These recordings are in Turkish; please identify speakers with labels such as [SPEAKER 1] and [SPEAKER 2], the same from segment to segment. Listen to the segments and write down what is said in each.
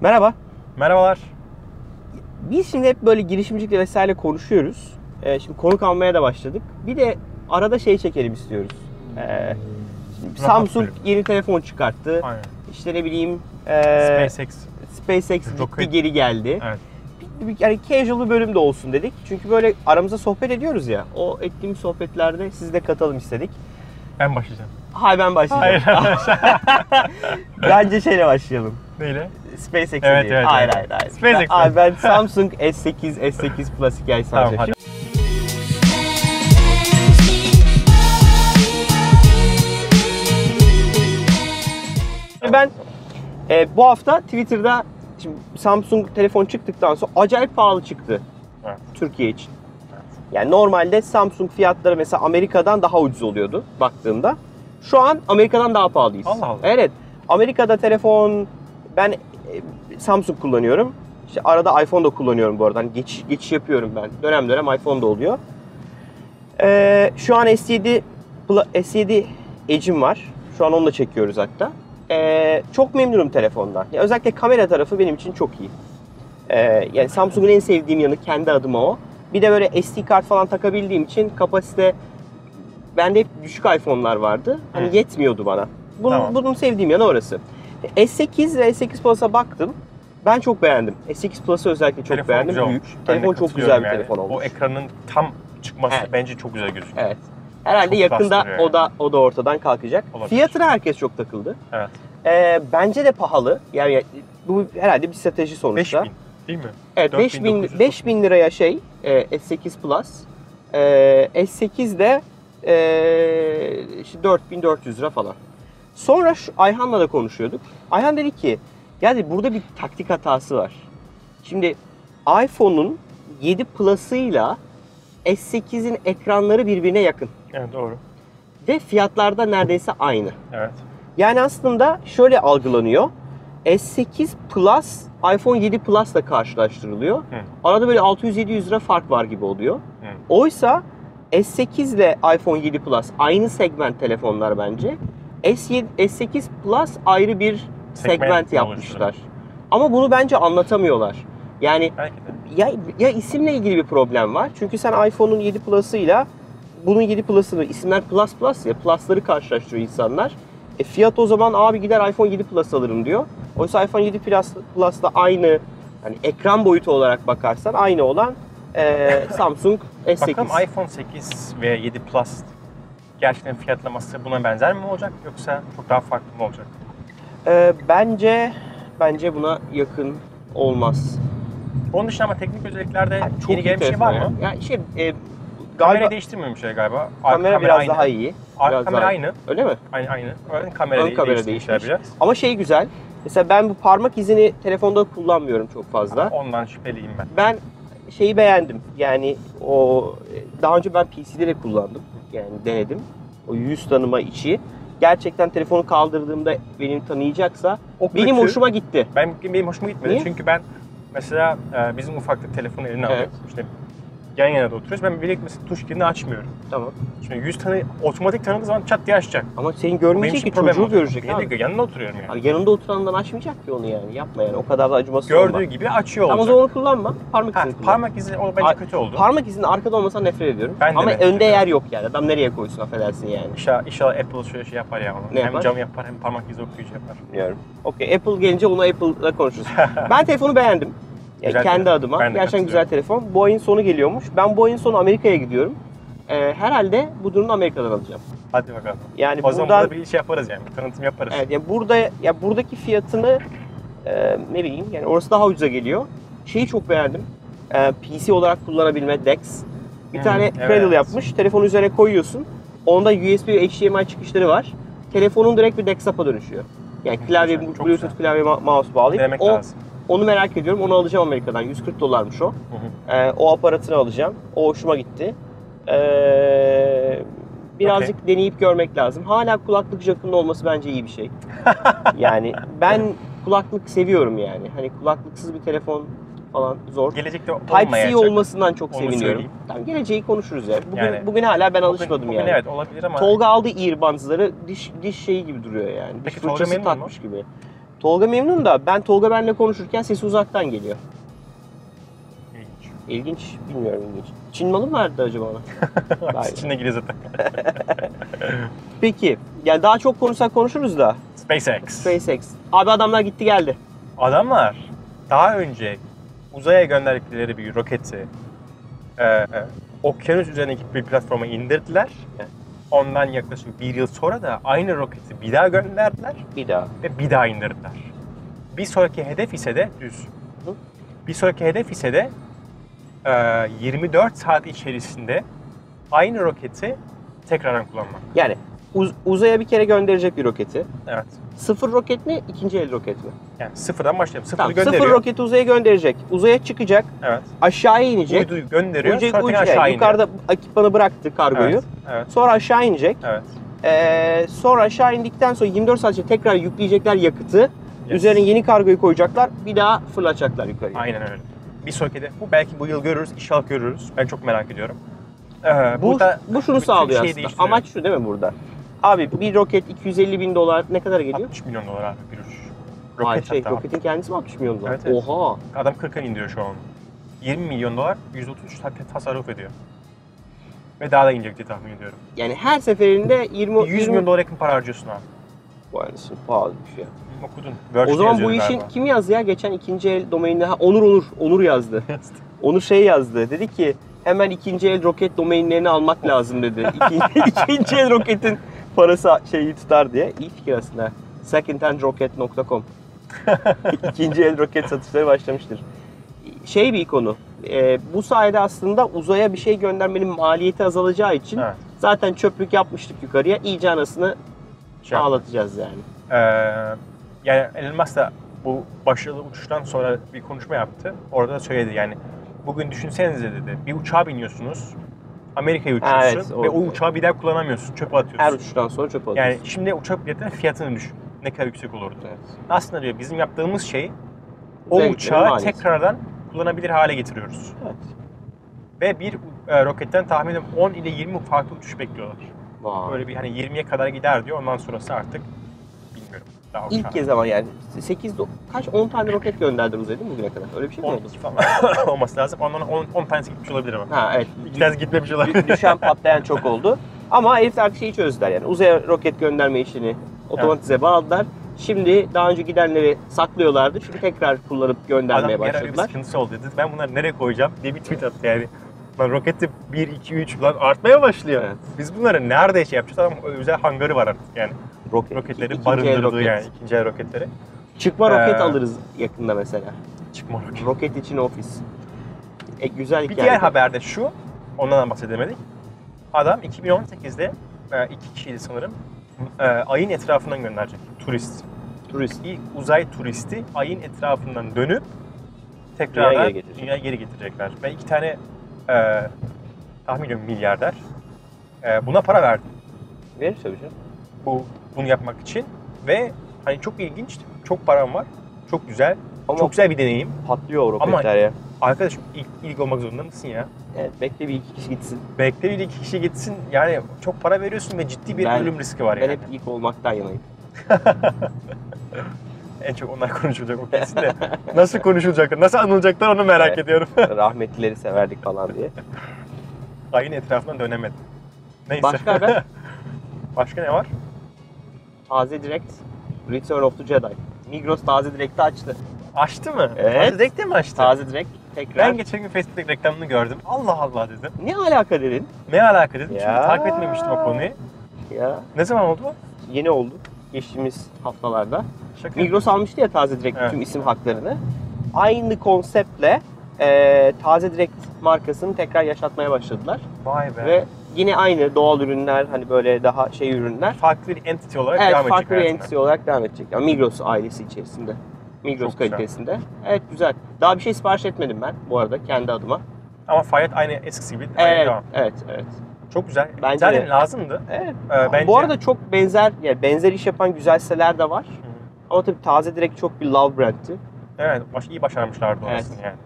[SPEAKER 1] Merhaba.
[SPEAKER 2] Merhabalar.
[SPEAKER 1] Biz şimdi hep böyle girişimcilikle vesaire konuşuyoruz. Ee, şimdi konuk almaya da başladık. Bir de arada şey çekelim istiyoruz. Ee, şimdi
[SPEAKER 2] Rahat
[SPEAKER 1] Samsung
[SPEAKER 2] bölüm.
[SPEAKER 1] yeni telefon çıkarttı.
[SPEAKER 2] Aynen.
[SPEAKER 1] İşte ne bileyim e,
[SPEAKER 2] SpaceX.
[SPEAKER 1] SpaceX gitti
[SPEAKER 2] Rocket.
[SPEAKER 1] geri geldi.
[SPEAKER 2] Evet.
[SPEAKER 1] Bir- bir- Yani casual bir bölüm de olsun dedik. Çünkü böyle aramızda sohbet ediyoruz ya. O ettiğimiz sohbetlerde siz de katalım istedik.
[SPEAKER 2] Ben başlayacağım.
[SPEAKER 1] Hay ben başlayacağım.
[SPEAKER 2] Hayır arkadaşlar.
[SPEAKER 1] Bence şeyle başlayalım.
[SPEAKER 2] Neyle?
[SPEAKER 1] SpaceX'e
[SPEAKER 2] Evet,
[SPEAKER 1] değil.
[SPEAKER 2] evet,
[SPEAKER 1] hayır,
[SPEAKER 2] evet.
[SPEAKER 1] hayır hayır
[SPEAKER 2] SpaceX'e.
[SPEAKER 1] Ben, abi ben Samsung S8, S8 Plus hikayesi
[SPEAKER 2] Tamam,
[SPEAKER 1] anlatacağım. Şimdi ben e, bu hafta Twitter'da şimdi Samsung telefon çıktıktan sonra acayip pahalı çıktı
[SPEAKER 2] Evet.
[SPEAKER 1] Türkiye için. Yani normalde Samsung fiyatları mesela Amerika'dan daha ucuz oluyordu baktığımda. Şu an Amerika'dan daha pahalıyız.
[SPEAKER 2] Allah Allah.
[SPEAKER 1] Evet. Amerika'da telefon ben e, Samsung kullanıyorum. İşte arada iPhone da kullanıyorum bu arada. Hani geçiş, geçiş yapıyorum ben. Dönem dönem iPhone da oluyor. Ee, şu an S7 Pla- S7 Edge'im var. Şu an onu da çekiyoruz hatta. Ee, çok memnunum telefondan. Ya özellikle kamera tarafı benim için çok iyi. Ee, yani Samsung'un en sevdiğim yanı kendi adıma o. Bir de böyle SD kart falan takabildiğim için kapasite bende hep düşük iPhone'lar vardı. Hani
[SPEAKER 2] Hı.
[SPEAKER 1] yetmiyordu bana. Bunun,
[SPEAKER 2] Tamam.
[SPEAKER 1] bunun sevdiğim yanı orası. S8 ve S8 Plus'a baktım. Ben çok beğendim. S8 Plus'ı özellikle çok
[SPEAKER 2] Telefon
[SPEAKER 1] beğendim.
[SPEAKER 2] güzel
[SPEAKER 1] Büyük.
[SPEAKER 2] olmuş. Ben de
[SPEAKER 1] Telefon çok güzel
[SPEAKER 2] katılıyorum
[SPEAKER 1] bir
[SPEAKER 2] yani.
[SPEAKER 1] telefon olmuş.
[SPEAKER 2] O ekranın tam çıkması
[SPEAKER 1] Evet.
[SPEAKER 2] bence çok güzel gözüküyor.
[SPEAKER 1] Evet. Herhalde
[SPEAKER 2] Çok
[SPEAKER 1] yakında
[SPEAKER 2] bastırıyor
[SPEAKER 1] o da o da ortadan kalkacak.
[SPEAKER 2] Olabilir.
[SPEAKER 1] Fiyatına herkes çok takıldı.
[SPEAKER 2] Evet.
[SPEAKER 1] Ee, bence de pahalı. Yani bu herhalde bir strateji sonuçta.
[SPEAKER 2] 5000 değil mi?
[SPEAKER 1] Evet 5000
[SPEAKER 2] 4900.
[SPEAKER 1] 5000 liraya şey e, S8 Plus. E, S8 de e, işte 4400 lira falan. Sonra şu Ayhan'la da konuşuyorduk. Ayhan dedi ki yani burada bir taktik hatası var. Şimdi iPhone'un 7 Plus'ıyla S8'in ekranları birbirine yakın
[SPEAKER 2] Evet doğru.
[SPEAKER 1] ve fiyatlarda neredeyse aynı.
[SPEAKER 2] Evet.
[SPEAKER 1] Yani aslında şöyle algılanıyor. S8 Plus iPhone 7 Plus'la karşılaştırılıyor. Arada böyle 600-700 lira fark var gibi oluyor.
[SPEAKER 2] Hı.
[SPEAKER 1] Oysa S8 ile iPhone 7 Plus aynı segment telefonlar bence. S7, S8 Plus ayrı bir segment,
[SPEAKER 2] Segment
[SPEAKER 1] yapmışlar.
[SPEAKER 2] oluşturmuş.
[SPEAKER 1] Ama bunu bence anlatamıyorlar. Yani
[SPEAKER 2] Belki de.
[SPEAKER 1] ya, ya isimle ilgili bir problem var. Çünkü sen iPhone'un 7 Plus'ıyla bunun 7 Plus'ını isimler Plus Plus ya Plus'ları karşılaştırıyor insanlar. E fiyat o zaman abi gider iPhone 7 Plus alırım diyor. Oysa iPhone 7 Plus Plus'la aynı hani ekran boyutu olarak bakarsan aynı olan e, Samsung S8.
[SPEAKER 2] Bakalım iPhone 8 ve 7 Plus gerçekten fiyatlaması buna benzer mi olacak yoksa çok daha farklı mı olacak?
[SPEAKER 1] E, bence bence buna yakın olmaz.
[SPEAKER 2] Onun dışında ama teknik özelliklerde
[SPEAKER 1] Yani çok
[SPEAKER 2] yeni
[SPEAKER 1] iyi
[SPEAKER 2] gelen bir şey
[SPEAKER 1] telefon
[SPEAKER 2] var
[SPEAKER 1] ya.
[SPEAKER 2] mı?
[SPEAKER 1] Ya şey e, galiba
[SPEAKER 2] Kamerayı değiştirmemişler galiba. Arka
[SPEAKER 1] kamera, biraz
[SPEAKER 2] aynı.
[SPEAKER 1] daha iyi.
[SPEAKER 2] Arka
[SPEAKER 1] biraz
[SPEAKER 2] kamera
[SPEAKER 1] daha-
[SPEAKER 2] aynı.
[SPEAKER 1] Öyle mi?
[SPEAKER 2] Aynı aynı. Ön kamera,
[SPEAKER 1] Ön kamera
[SPEAKER 2] değiştirmişler
[SPEAKER 1] değişmiş.
[SPEAKER 2] biraz.
[SPEAKER 1] Ama şey güzel. Mesela ben bu parmak izini telefonda kullanmıyorum çok fazla.
[SPEAKER 2] Ondan şüpheliyim ben.
[SPEAKER 1] Ben şeyi beğendim. Yani o daha önce ben PC'de de kullandım. Yani denedim. O yüz tanıma içi. Gerçekten telefonu kaldırdığımda beni tanıyacaksa
[SPEAKER 2] O
[SPEAKER 1] benim
[SPEAKER 2] kötü.
[SPEAKER 1] hoşuma gitti.
[SPEAKER 2] Ben benim hoşuma gitmedi
[SPEAKER 1] Niye?
[SPEAKER 2] çünkü ben mesela e, bizim ufaklık telefonu eline alıyor.
[SPEAKER 1] Evet.
[SPEAKER 2] İşte yan yana da oturuyoruz. Ben bilerek mesela tuş kilidini açmıyorum.
[SPEAKER 1] Tamam.
[SPEAKER 2] Şimdi yüz tanı otomatik tanıdığı zaman çat diye açacak.
[SPEAKER 1] Ama senin
[SPEAKER 2] Bu
[SPEAKER 1] görmeyecek ki
[SPEAKER 2] problem
[SPEAKER 1] çocuğu
[SPEAKER 2] oldu.
[SPEAKER 1] görecek
[SPEAKER 2] Benim de
[SPEAKER 1] abi.
[SPEAKER 2] gö- yanına oturuyorum yani.
[SPEAKER 1] Abi yanında oturandan açmayacak ki onu yani. Yapma yani. O kadar da acımasız
[SPEAKER 2] Gördüğü
[SPEAKER 1] olma.
[SPEAKER 2] gibi açıyor
[SPEAKER 1] Ama o
[SPEAKER 2] olacak.
[SPEAKER 1] zaman onu kullanma. Parmak
[SPEAKER 2] Ha,
[SPEAKER 1] izini kullan.
[SPEAKER 2] parmak izi o bence
[SPEAKER 1] Ay-
[SPEAKER 2] kötü oldu.
[SPEAKER 1] Parmak izinin arkada olmasa nefret ediyorum.
[SPEAKER 2] Ben de
[SPEAKER 1] Ama
[SPEAKER 2] nefret
[SPEAKER 1] önde
[SPEAKER 2] ediyorum.
[SPEAKER 1] yer yok yani. Adam nereye koysun affedersin yani.
[SPEAKER 2] İnşallah, inşallah Apple şöyle şey yapar ya onu.
[SPEAKER 1] Ne
[SPEAKER 2] hem
[SPEAKER 1] yapar?
[SPEAKER 2] cam yapar hem parmak izi okuyucu yapar.
[SPEAKER 1] Bilmiyorum. Okey Apple gelince onu Apple'la konuşuruz. ben telefonu beğendim. Yani
[SPEAKER 2] Güzel
[SPEAKER 1] kendi
[SPEAKER 2] telefon.
[SPEAKER 1] adıma.
[SPEAKER 2] Ben de
[SPEAKER 1] Gerçekten
[SPEAKER 2] katılıyorum.
[SPEAKER 1] güzel telefon. Bu ayın sonu geliyormuş. Ben bu ayın sonu Amerika'ya gidiyorum. Ee, herhalde bu durumu Amerika'dan alacağım.
[SPEAKER 2] Hadi bakalım.
[SPEAKER 1] Yani
[SPEAKER 2] o zaman
[SPEAKER 1] buradan
[SPEAKER 2] burada bir şey yaparız yani. Bir tanıtım yaparız.
[SPEAKER 1] Hani evet, yani burada ya buradaki fiyatını e, ne bileyim yani orası daha ucuza geliyor. Şeyi çok beğendim. Ee, PC olarak kullanabilme DeX. Bir
[SPEAKER 2] Hmm,
[SPEAKER 1] tane
[SPEAKER 2] evet.
[SPEAKER 1] Cradle yapmış. Telefonu üzerine koyuyorsun. Onda USB ve HDMI çıkışları var. Telefonun direkt bir DeX app'a dönüşüyor. Yani klavye,
[SPEAKER 2] güzel, çok
[SPEAKER 1] Bluetooth
[SPEAKER 2] güzel.
[SPEAKER 1] klavye, ma- mouse bağlayıp
[SPEAKER 2] Denemek
[SPEAKER 1] o
[SPEAKER 2] lazım.
[SPEAKER 1] Onu merak ediyorum. Onu alacağım Amerika'dan. 140 dolarmış o.
[SPEAKER 2] Hı hı.
[SPEAKER 1] Ee, o aparatını alacağım. O hoşuma gitti. Ee, birazcık deneyip görmek lazım. Hala kulaklık jackının olması bence iyi bir şey. yani ben kulaklık seviyorum yani. Hani kulaklıksız bir telefon falan zor.
[SPEAKER 2] Gelecekte olmayacak.
[SPEAKER 1] Type-C olmasından çok
[SPEAKER 2] Onu
[SPEAKER 1] seviniyorum.
[SPEAKER 2] söyleyeyim.
[SPEAKER 1] Tamam geleceği konuşuruz ya. Bugün,
[SPEAKER 2] Yani-
[SPEAKER 1] bugün hala ben
[SPEAKER 2] Bugün-
[SPEAKER 1] alışmadım
[SPEAKER 2] bugün
[SPEAKER 1] yani.
[SPEAKER 2] Evet olabilir ama.
[SPEAKER 1] Tolga aldı earbudsları diş diş şeyi gibi duruyor yani. Diş
[SPEAKER 2] Peki Tolga
[SPEAKER 1] fırçası
[SPEAKER 2] memnun mu?
[SPEAKER 1] takmış gibi. Tolga memnun da ben Tolga benle konuşurken sesi uzaktan geliyor.
[SPEAKER 2] İlginç.
[SPEAKER 1] İlginç, bilmiyorum ilginç. Çin malı mı verdi acaba ona? Aynen.
[SPEAKER 2] İçine giriyor zaten.
[SPEAKER 1] Peki, yani daha çok konuşsak konuşuruz da.
[SPEAKER 2] SpaceX.
[SPEAKER 1] SpaceX. Abi adamlar gitti geldi.
[SPEAKER 2] Adamlar daha önce uzaya gönderdikleri bir roketi e, e, okyanus üzerindeki bir platforma indirdiler. Ondan yaklaşık bir yıl sonra da aynı roketi bir daha gönderdiler
[SPEAKER 1] Bir daha.
[SPEAKER 2] ve bir daha indirdiler. Bir sonraki hedef ise de düz.
[SPEAKER 1] Hı?
[SPEAKER 2] Bir sonraki hedef ise de e, 24 saat içerisinde aynı roketi tekrardan kullanmak.
[SPEAKER 1] Yani uz- uzaya bir kere gönderecek bir roketi.
[SPEAKER 2] Evet.
[SPEAKER 1] Sıfır roket mi, ikinci el roket mi?
[SPEAKER 2] Yani sıfırdan başlayalım. Sıfırı
[SPEAKER 1] Tamam,
[SPEAKER 2] gönderiyor.
[SPEAKER 1] sıfır roketi uzaya gönderecek. Uzaya çıkacak,
[SPEAKER 2] Evet.
[SPEAKER 1] aşağıya inecek.
[SPEAKER 2] Uyduyu gönderiyor.
[SPEAKER 1] Ucu-
[SPEAKER 2] sonra
[SPEAKER 1] ucu-
[SPEAKER 2] tekrar aşağı
[SPEAKER 1] yani
[SPEAKER 2] iniyor.
[SPEAKER 1] yukarıda ekipmanı bıraktı kargoyu.
[SPEAKER 2] Evet. Evet.
[SPEAKER 1] Sonra aşağı inecek.
[SPEAKER 2] evet.
[SPEAKER 1] Ee, sonra aşağı indikten sonra 24 saat içinde tekrar yükleyecekler yakıtı.
[SPEAKER 2] Yes.
[SPEAKER 1] Üzerine yeni kargoyu koyacaklar. Bir daha fırlatacaklar yukarıya.
[SPEAKER 2] Aynen öyle. Bir sonraki de bu belki bu yıl görürüz, inşallah görürüz. Ben çok merak ediyorum. Ee,
[SPEAKER 1] Bu,
[SPEAKER 2] burada
[SPEAKER 1] bu
[SPEAKER 2] bütün
[SPEAKER 1] şunu sağlıyor
[SPEAKER 2] şeyi
[SPEAKER 1] aslında.
[SPEAKER 2] değiştiriyor.
[SPEAKER 1] Amaç şu değil mi burada? Abi bir roket 250 bin dolar ne kadar geliyor?
[SPEAKER 2] 60 milyon dolar abi bir uç. Roket
[SPEAKER 1] şey Hayır, şey,
[SPEAKER 2] hatta.
[SPEAKER 1] roketin kendisi mi 60 milyon dolar?
[SPEAKER 2] Evet, evet.
[SPEAKER 1] Oha.
[SPEAKER 2] Adam 40'a indiriyor şu an. 20 milyon dolar, 133 dakika tasarruf ediyor. Ve daha da inecek diye tahmin ediyorum.
[SPEAKER 1] Yani her seferinde 20
[SPEAKER 2] 100 milyon dolara yakın para harcıyorsun abi.
[SPEAKER 1] Vay anasını, pahalı bir şey.
[SPEAKER 2] Okudun. Verge'de
[SPEAKER 1] O zaman bu
[SPEAKER 2] yazıyordu
[SPEAKER 1] işin
[SPEAKER 2] galiba.
[SPEAKER 1] kim yazdı ya? Geçen ikinci el domainine ha, Onur Onur Onur yazdı. Onu şey yazdı. Dedi ki hemen ikinci el roket domainlerini almak lazım dedi. İkinci, ikinci el roketin parası şeyi tutar diye. İyi fikir aslında. secondhandrocket.com İkinci el roket satışları başlamıştır. Şey bir konu. Ee, bu sayede aslında uzaya bir şey göndermenin maliyeti azalacağı için
[SPEAKER 2] Evet.
[SPEAKER 1] zaten çöplük yapmıştık yukarıya. İyice anasını
[SPEAKER 2] Şey yaptı.
[SPEAKER 1] ağlatacağız yani.
[SPEAKER 2] Ee, yani Elon Musk da bu başarılı uçuştan sonra bir konuşma yaptı. Orada da söyledi yani bugün düşünsenize dedi bir uçağa biniyorsunuz Amerika'ya uçuyorsun
[SPEAKER 1] Evet, o-
[SPEAKER 2] ve o uçağı bir daha kullanamıyorsun çöpe atıyorsun.
[SPEAKER 1] Her uçuştan sonra çöp atıyoruz.
[SPEAKER 2] yani şimdi uçak biletinin fiyatını düşün ne kadar yüksek olurdu.
[SPEAKER 1] Evet.
[SPEAKER 2] Aslında diyor bizim yaptığımız şey o
[SPEAKER 1] Zevkleri
[SPEAKER 2] uçağı
[SPEAKER 1] maalesef.
[SPEAKER 2] tekrardan kullanabilir hale getiriyoruz.
[SPEAKER 1] Evet.
[SPEAKER 2] Ve bir e, roketten tahminim 10 ile 20 farklı uçuş bekliyorlar.
[SPEAKER 1] Vay.
[SPEAKER 2] Böyle bir hani 20'ye kadar gider diyor ondan sonrası artık bilmiyorum. Daha uçağa-
[SPEAKER 1] İlk kez ama yani 8 do- kaç 10 tane roket gönderdim uzaya değil mi bugüne kadar? Öyle bir şey mi oldu?
[SPEAKER 2] 12 falan olması lazım. Ondan 10, 10 tanesi gitmiş olabilir ama.
[SPEAKER 1] Ha evet.
[SPEAKER 2] İki tanesi gitmemiş olabilir.
[SPEAKER 1] Dü- Düşen patlayan çok oldu. Ama herifler artık şeyi çözdüler yani. Uzaya roket gönderme işini otomatize bağladılar. Şimdi daha önce gidenleri saklıyorlardı. Şimdi tekrar kullanıp
[SPEAKER 2] Adam
[SPEAKER 1] göndermeye
[SPEAKER 2] bir ara bir
[SPEAKER 1] başladılar.
[SPEAKER 2] sıkıntısı oldu dedi. Ben bunları nereye koyacağım diye bir tweet attı yani. Lan roketi 1, 2, 3 lan artmaya başlıyor.
[SPEAKER 1] Evet.
[SPEAKER 2] Biz bunları nerede şey yapacağız? Adam özel hangarı var artık yani.
[SPEAKER 1] Roket.
[SPEAKER 2] Roketleri
[SPEAKER 1] İkinci E, el
[SPEAKER 2] barındırdığı
[SPEAKER 1] roket.
[SPEAKER 2] yani ikinci el roketleri.
[SPEAKER 1] Çıkma roket
[SPEAKER 2] Ee,
[SPEAKER 1] alırız yakında mesela.
[SPEAKER 2] Çıkma roket.
[SPEAKER 1] Roket için ofis. E, güzel
[SPEAKER 2] Bir
[SPEAKER 1] hikaye.
[SPEAKER 2] diğer haberde şu, ondan da bahsedemedik. Adam 2018'de e, iki kişiydi sanırım. e, Ayın etrafından gönderecek turist.
[SPEAKER 1] Turist.
[SPEAKER 2] ilk uzay turisti ayın etrafından dönüp tekrardan
[SPEAKER 1] Dünyaya
[SPEAKER 2] dünyaya
[SPEAKER 1] geri
[SPEAKER 2] geri,
[SPEAKER 1] getirecek.
[SPEAKER 2] getirecekler. Ve iki tane e, tahmin ediyorum milyarder e, buna para verdi
[SPEAKER 1] Verir tabii canım.
[SPEAKER 2] bu bunu yapmak için ve hani çok ilginç, çok param var, çok güzel,
[SPEAKER 1] Ama
[SPEAKER 2] çok güzel bir deneyim.
[SPEAKER 1] patlıyor o roketler ya.
[SPEAKER 2] Arkadaşım ilk, ilk olmak zorunda mısın ya?
[SPEAKER 1] Evet, bekle bir iki kişi gitsin.
[SPEAKER 2] Bekle bir iki kişi gitsin yani çok para veriyorsun ve ciddi bir
[SPEAKER 1] Ben-
[SPEAKER 2] ölüm riski var
[SPEAKER 1] Ben
[SPEAKER 2] yani.
[SPEAKER 1] hep ilk olmaktan yanayım.
[SPEAKER 2] En çok onlar konuşulacak o kesin de. Nasıl konuşulacak, nasıl anılacaklar onu merak
[SPEAKER 1] Evet.
[SPEAKER 2] ediyorum.
[SPEAKER 1] rahmetlileri severdik falan diye.
[SPEAKER 2] Ayın etrafından dönemedim. Neyse.
[SPEAKER 1] Başka haber?
[SPEAKER 2] Başka ne var?
[SPEAKER 1] Taze direkt Return of the Jedi. Migros taze direkti açtı.
[SPEAKER 2] Açtı mı?
[SPEAKER 1] Evet.
[SPEAKER 2] Taze direkt de mi açtı?
[SPEAKER 1] Taze direkt tekrar.
[SPEAKER 2] Ben geçen gün Facebook reklamını gördüm. Allah Allah dedim.
[SPEAKER 1] Ne alaka dedin?
[SPEAKER 2] Ne alaka dedim. Çünkü
[SPEAKER 1] Ya.
[SPEAKER 2] takip etmemiştim o konuyu.
[SPEAKER 1] Ya
[SPEAKER 2] Ne zaman oldu bu?
[SPEAKER 1] yeni oldu. Geçtiğimiz haftalarda.
[SPEAKER 2] Şaka.
[SPEAKER 1] Migros almıştı ya taze direkt
[SPEAKER 2] Evet.
[SPEAKER 1] tüm isim haklarını. Aynı konseptle eee, taze direkt markasını tekrar yaşatmaya başladılar.
[SPEAKER 2] Vay be.
[SPEAKER 1] Ve yine aynı doğal ürünler hani böyle daha şey ürünler.
[SPEAKER 2] farklı bir entity olarak
[SPEAKER 1] Evet
[SPEAKER 2] devam edecek
[SPEAKER 1] farklı bir
[SPEAKER 2] hayatına.
[SPEAKER 1] entity olarak devam edecek. Yani Migros ailesi içerisinde. Migros
[SPEAKER 2] Çok güzel.
[SPEAKER 1] kalitesinde. Evet güzel. Daha bir şey sipariş etmedim ben bu arada kendi adıma.
[SPEAKER 2] Ama Fayet aynı eskisi gibi. Aynı
[SPEAKER 1] Evet,
[SPEAKER 2] devam.
[SPEAKER 1] evet, evet.
[SPEAKER 2] Çok güzel.
[SPEAKER 1] Bence
[SPEAKER 2] Bence
[SPEAKER 1] de.
[SPEAKER 2] lazımdı.
[SPEAKER 1] Evet.
[SPEAKER 2] Ee, bence...
[SPEAKER 1] Bu arada çok benzer, yani benzer iş yapan güzel siteler de var. Ama tabii taze direkt çok bir love brandti.
[SPEAKER 2] Evet. Baş, iyi başarmışlardı
[SPEAKER 1] Evet.
[SPEAKER 2] orasını yani.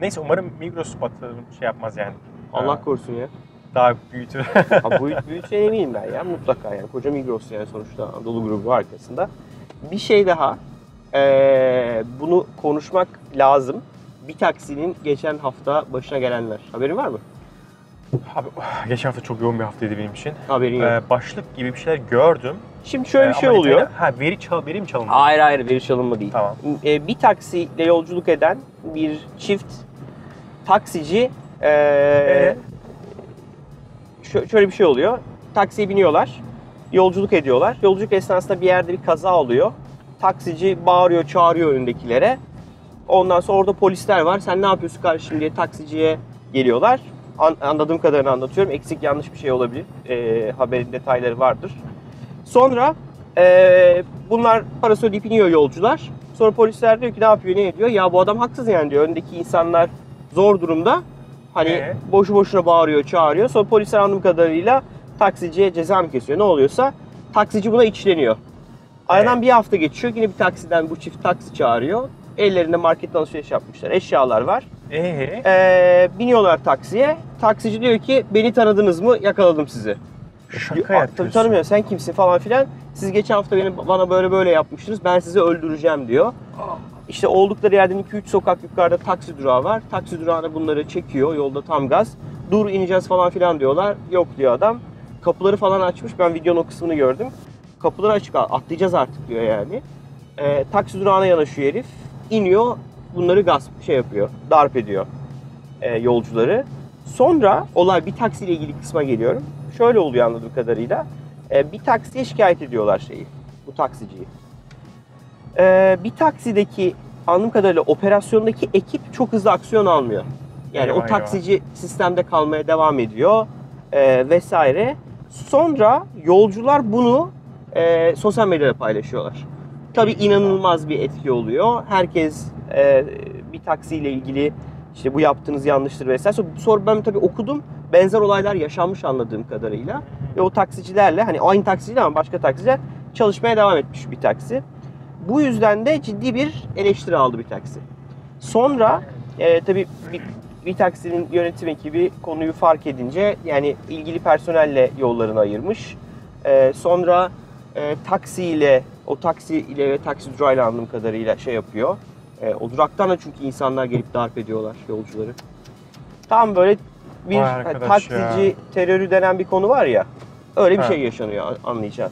[SPEAKER 2] Neyse umarım Migros batırım şey yapmaz yani.
[SPEAKER 1] Allah
[SPEAKER 2] Ee,
[SPEAKER 1] korusun ya.
[SPEAKER 2] daha büyütür.
[SPEAKER 1] Ha, bu büyük şey eminim ben ya mutlaka yani. Koca Migros yani sonuçta Anadolu grubu arkasında. Bir şey daha. Ee, Ee, bunu konuşmak lazım. Bir taksinin geçen hafta başına gelenler. Haberin var mı?
[SPEAKER 2] Abi geçen hafta çok yoğun bir haftaydı benim için.
[SPEAKER 1] Haberin yok.
[SPEAKER 2] Ee, başlık gibi bir şeyler gördüm.
[SPEAKER 1] Şimdi şöyle
[SPEAKER 2] Ee,
[SPEAKER 1] bir şey
[SPEAKER 2] ama
[SPEAKER 1] oluyor.
[SPEAKER 2] detaylı- Ha veri çal, veri mi çalındı?
[SPEAKER 1] Hayır hayır veri çalınma değil.
[SPEAKER 2] Tamam.
[SPEAKER 1] E, bir taksiyle yolculuk eden bir çift taksici e,
[SPEAKER 2] Ee?
[SPEAKER 1] şö- şöyle bir şey oluyor. Taksiye biniyorlar, yolculuk ediyorlar. Yolculuk esnasında bir yerde bir kaza oluyor. Taksici bağırıyor, çağırıyor önündekilere. Ondan sonra orada polisler var. Sen ne yapıyorsun kardeşim diye taksiciye geliyorlar. An- anladığım kadarını anlatıyorum. Eksik yanlış bir şey olabilir. E, haberin detayları vardır. Sonra ee, bunlar parası ödeyip iniyor yolcular. Sonra polisler diyor ki ne yapıyor ne ediyor? Ya bu adam haksız yani diyor. Öndeki insanlar zor durumda. Hani
[SPEAKER 2] Ee?
[SPEAKER 1] boşu boşuna bağırıyor, çağırıyor. Sonra polisler anladığım kadarıyla taksiciye ceza mı kesiyor? Ne oluyorsa taksici buna içleniyor. Aradan bir hafta geçiyor. Yine bir taksiden bu çift taksi çağırıyor. Ellerinde marketten alışveriş yapmışlar. Eşyalar var.
[SPEAKER 2] Ee,
[SPEAKER 1] Ee, biniyorlar taksiye. Taksici diyor ki beni tanıdınız mı? Yakaladım sizi.
[SPEAKER 2] şaka
[SPEAKER 1] Yok,
[SPEAKER 2] yapıyorsun.
[SPEAKER 1] Tabii tanımıyor. Sen kimsin falan filan. Siz geçen hafta beni bana böyle böyle yapmıştınız. Ben sizi öldüreceğim diyor.
[SPEAKER 2] Ah.
[SPEAKER 1] İşte oldukları yerden 2-3 sokak yukarıda taksi durağı var. Taksi durağına bunları çekiyor. Yolda tam gaz. Dur ineceğiz falan filan diyorlar. Yok diyor adam. Kapıları falan açmış. Ben videonun o kısmını gördüm. Kapıları açık. Atlayacağız artık diyor yani. Ee, taksi durağına yanaşıyor herif. İniyor. Bunları gasp şey yapıyor. Darp ediyor e, yolcuları. Sonra olay bir taksiyle ilgili kısma geliyorum. Şöyle oluyor anladığım kadarıyla. E, bir taksiye şikayet ediyorlar şeyi, bu taksiciyi. E, bir taksideki anladığım kadarıyla operasyondaki ekip çok hızlı aksiyon almıyor. Yani
[SPEAKER 2] Eyvah,
[SPEAKER 1] o
[SPEAKER 2] eyvah.
[SPEAKER 1] taksici sistemde kalmaya devam ediyor e, vesaire. Sonra yolcular bunu e, sosyal medyada paylaşıyorlar. Tabii inanılmaz bir etki oluyor. Herkes e, bir taksiyle ilgili işte bu yaptığınız yanlıştır vesaire. Sonra, sonra ben tabii okudum. Benzer olaylar yaşanmış anladığım kadarıyla. Ve o taksicilerle hani aynı taksici değil ama başka taksiciler çalışmaya devam etmiş bir taksi. Bu yüzden de ciddi bir eleştiri aldı bir taksi. Sonra e, tabii bir, bir taksinin yönetim ekibi konuyu fark edince yani ilgili personelle yollarını ayırmış. E, sonra e, taksiyle o taksi ile ve taksi durağıyla anladığım kadarıyla şey yapıyor. E, o duraktan da çünkü insanlar gelip darp ediyorlar yolcuları. Tam böyle bir
[SPEAKER 2] Vay
[SPEAKER 1] hani
[SPEAKER 2] arkadaş
[SPEAKER 1] taksici
[SPEAKER 2] ya.
[SPEAKER 1] terörü denen bir konu var ya. Öyle bir
[SPEAKER 2] Ha.
[SPEAKER 1] şey yaşanıyor an- anlayacağın.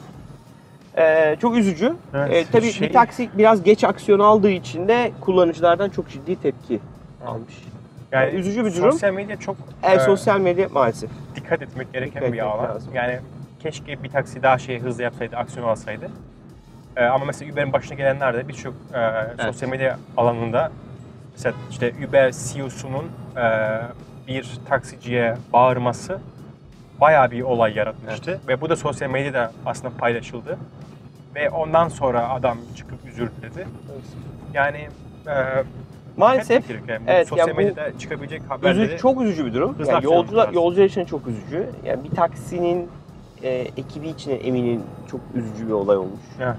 [SPEAKER 1] E, çok üzücü.
[SPEAKER 2] Evet,
[SPEAKER 1] E, tabii
[SPEAKER 2] şey-
[SPEAKER 1] bir taksi biraz geç aksiyon aldığı için de kullanıcılardan çok ciddi tepki almış.
[SPEAKER 2] Yani
[SPEAKER 1] üzücü bir durum.
[SPEAKER 2] Sosyal medya çok
[SPEAKER 1] E,
[SPEAKER 2] Evet.
[SPEAKER 1] sosyal medya maalesef.
[SPEAKER 2] dikkat etmek gereken
[SPEAKER 1] Dikkat
[SPEAKER 2] bir
[SPEAKER 1] etmek
[SPEAKER 2] alan.
[SPEAKER 1] lazım.
[SPEAKER 2] Yani keşke bir taksi daha şey hızlı yapsaydı, aksiyon alsaydı. Ee, ama mesela Uber'in başına gelenler de birçok e, sosyal medya alanında mesela işte Uber CEO'sunun e, bir taksiciye bağırması bayağı bir olay yaratmıştı. Ve bu da sosyal medyada aslında paylaşıldı. Ve ondan sonra adam çıkıp özür diledi. Yani e,
[SPEAKER 1] Maalesef
[SPEAKER 2] dikkat etmek gerekiyor.
[SPEAKER 1] evet,
[SPEAKER 2] bu sosyal
[SPEAKER 1] yani bu
[SPEAKER 2] medyada çıkabilecek haberleri
[SPEAKER 1] üzücü, çok üzücü bir durum.
[SPEAKER 2] Hızlı
[SPEAKER 1] Yani
[SPEAKER 2] aksiyon
[SPEAKER 1] yolcular,
[SPEAKER 2] lazım.
[SPEAKER 1] yolcular için çok üzücü. Yani bir taksinin e, ekibi için eminim çok üzücü bir olay olmuş.
[SPEAKER 2] Evet.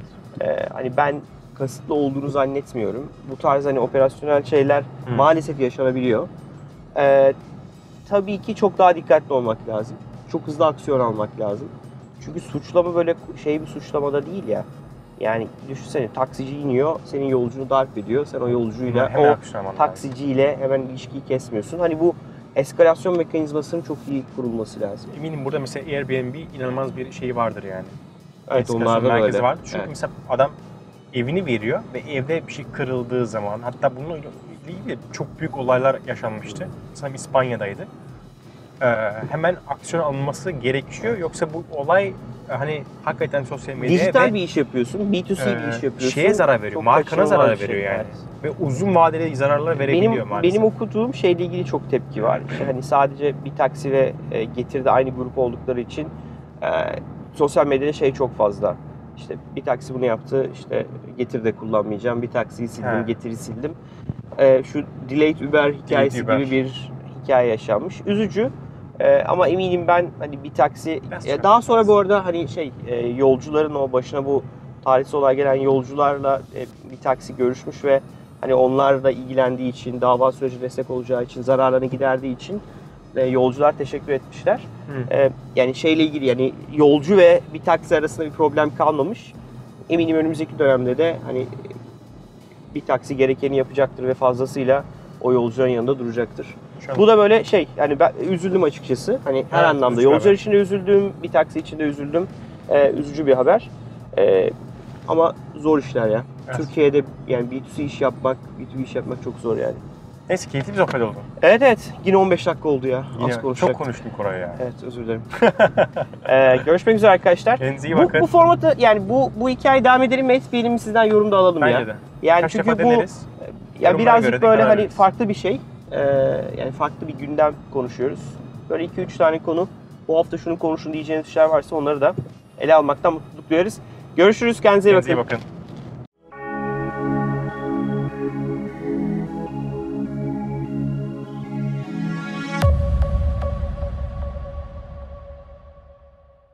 [SPEAKER 1] E, hani ben kasıtlı olduğunu zannetmiyorum. Bu tarz hani operasyonel şeyler
[SPEAKER 2] Hı.
[SPEAKER 1] maalesef yaşanabiliyor. E, tabii ki çok daha dikkatli olmak lazım. Çok hızlı aksiyon almak lazım. Çünkü suçlama böyle şey bir suçlamada değil ya. Yani düşünsene taksici iniyor, senin yolcunu darp ediyor. Sen o yolcuyla,
[SPEAKER 2] hemen
[SPEAKER 1] o
[SPEAKER 2] aksiyon alman lazım.
[SPEAKER 1] taksiciyle hemen ilişkiyi kesmiyorsun. Hani bu eskalasyon mekanizmasının çok iyi kurulması lazım.
[SPEAKER 2] Eminim burada mesela Airbnb inanılmaz bir şeyi vardır yani.
[SPEAKER 1] Evet
[SPEAKER 2] Eskisyon
[SPEAKER 1] onlarda da
[SPEAKER 2] merkezi
[SPEAKER 1] öyle.
[SPEAKER 2] vardır. Çünkü
[SPEAKER 1] Evet.
[SPEAKER 2] mesela adam evini veriyor ve evde bir şey kırıldığı zaman hatta bununla ilgili çok büyük olaylar yaşanmıştı. Sanırım İspanya'daydı. Ee, hemen aksiyon alınması gerekiyor. Yoksa bu olay e, hani hakikaten sosyal medyaya
[SPEAKER 1] Dijital
[SPEAKER 2] ve,
[SPEAKER 1] bir iş yapıyorsun, B2C bir şey
[SPEAKER 2] e,
[SPEAKER 1] iş yapıyorsun.
[SPEAKER 2] şeye zarar veriyor.
[SPEAKER 1] Çok
[SPEAKER 2] markana
[SPEAKER 1] kaçınılmaz
[SPEAKER 2] zarar
[SPEAKER 1] bir şey.
[SPEAKER 2] veriyor yani.
[SPEAKER 1] Evet.
[SPEAKER 2] Ve uzun vadeli zararlar verebiliyor
[SPEAKER 1] benim,
[SPEAKER 2] maalesef.
[SPEAKER 1] Benim okuduğum şeyle ilgili çok tepki var. İşte hani sadece bir taksi ve e, getirdi aynı grup oldukları için e, sosyal medyada şey çok fazla. İşte bir taksi bunu yaptı, işte getir de kullanmayacağım, bir taksiyi sildim,
[SPEAKER 2] He.
[SPEAKER 1] getiri sildim. E, şu delayed Uber hikayesi
[SPEAKER 2] Uber.
[SPEAKER 1] gibi bir hikaye yaşanmış. Üzücü. E, ama eminim ben hani bir taksi
[SPEAKER 2] Biraz
[SPEAKER 1] e,
[SPEAKER 2] sonra
[SPEAKER 1] daha sonra bu
[SPEAKER 2] bakarız.
[SPEAKER 1] arada hani şey e, yolcuların o başına bu tarihsel olay gelen yolcularla e, bir taksi görüşmüş ve hani onlar da ilgilendiği için, dava süreci destek olacağı için, zararlarını giderdiği için e, yolcular teşekkür etmişler.
[SPEAKER 2] Hı.
[SPEAKER 1] E, yani şeyle ilgili yani yolcu ve bir taksi arasında bir problem kalmamış. Eminim önümüzdeki dönemde de hani e, bir taksi gerekeni yapacaktır ve fazlasıyla o yolcuların yanında duracaktır.
[SPEAKER 2] Şu an-
[SPEAKER 1] Bu da böyle şey yani ben üzüldüm açıkçası. Hani her
[SPEAKER 2] Evet,
[SPEAKER 1] anlamda
[SPEAKER 2] üzücü
[SPEAKER 1] yolcular
[SPEAKER 2] haber.
[SPEAKER 1] için de üzüldüm, bir taksi için de üzüldüm. Ee, üzücü bir haber. Ee, ama zor işler ya.
[SPEAKER 2] Evet.
[SPEAKER 1] Türkiye'de yani B2C iş yapmak, B2B iş yapmak çok zor yani.
[SPEAKER 2] Neyse keyifli bir sohbet oldu.
[SPEAKER 1] Evet evet yine 15 dakika oldu ya.
[SPEAKER 2] Yine
[SPEAKER 1] Az
[SPEAKER 2] çok
[SPEAKER 1] konuşacak.
[SPEAKER 2] konuştum Koray ya.
[SPEAKER 1] Evet özür dilerim. Ee, görüşmek üzere arkadaşlar.
[SPEAKER 2] Kendinize Ee, iyi
[SPEAKER 1] Bu,
[SPEAKER 2] bakın.
[SPEAKER 1] bu formatı yani bu bu hikaye devam edelim mi etmeyelim mi sizden yorum da alalım ya.
[SPEAKER 2] Bence de.
[SPEAKER 1] Yani
[SPEAKER 2] Kaç
[SPEAKER 1] çünkü
[SPEAKER 2] defa
[SPEAKER 1] bu
[SPEAKER 2] deneriz.
[SPEAKER 1] ya
[SPEAKER 2] Yorumlara
[SPEAKER 1] birazcık
[SPEAKER 2] göre de
[SPEAKER 1] böyle
[SPEAKER 2] karar
[SPEAKER 1] hani
[SPEAKER 2] veririz.
[SPEAKER 1] farklı bir şey. Ee, yani farklı bir gündem konuşuyoruz. Böyle 2-3 tane konu. Bu hafta şunu konuşun diyeceğiniz şeyler varsa onları da ele almaktan mutluluk duyarız. Görüşürüz. Kendinize iyi
[SPEAKER 2] Kendinize
[SPEAKER 1] bakın.
[SPEAKER 2] iyi bakın.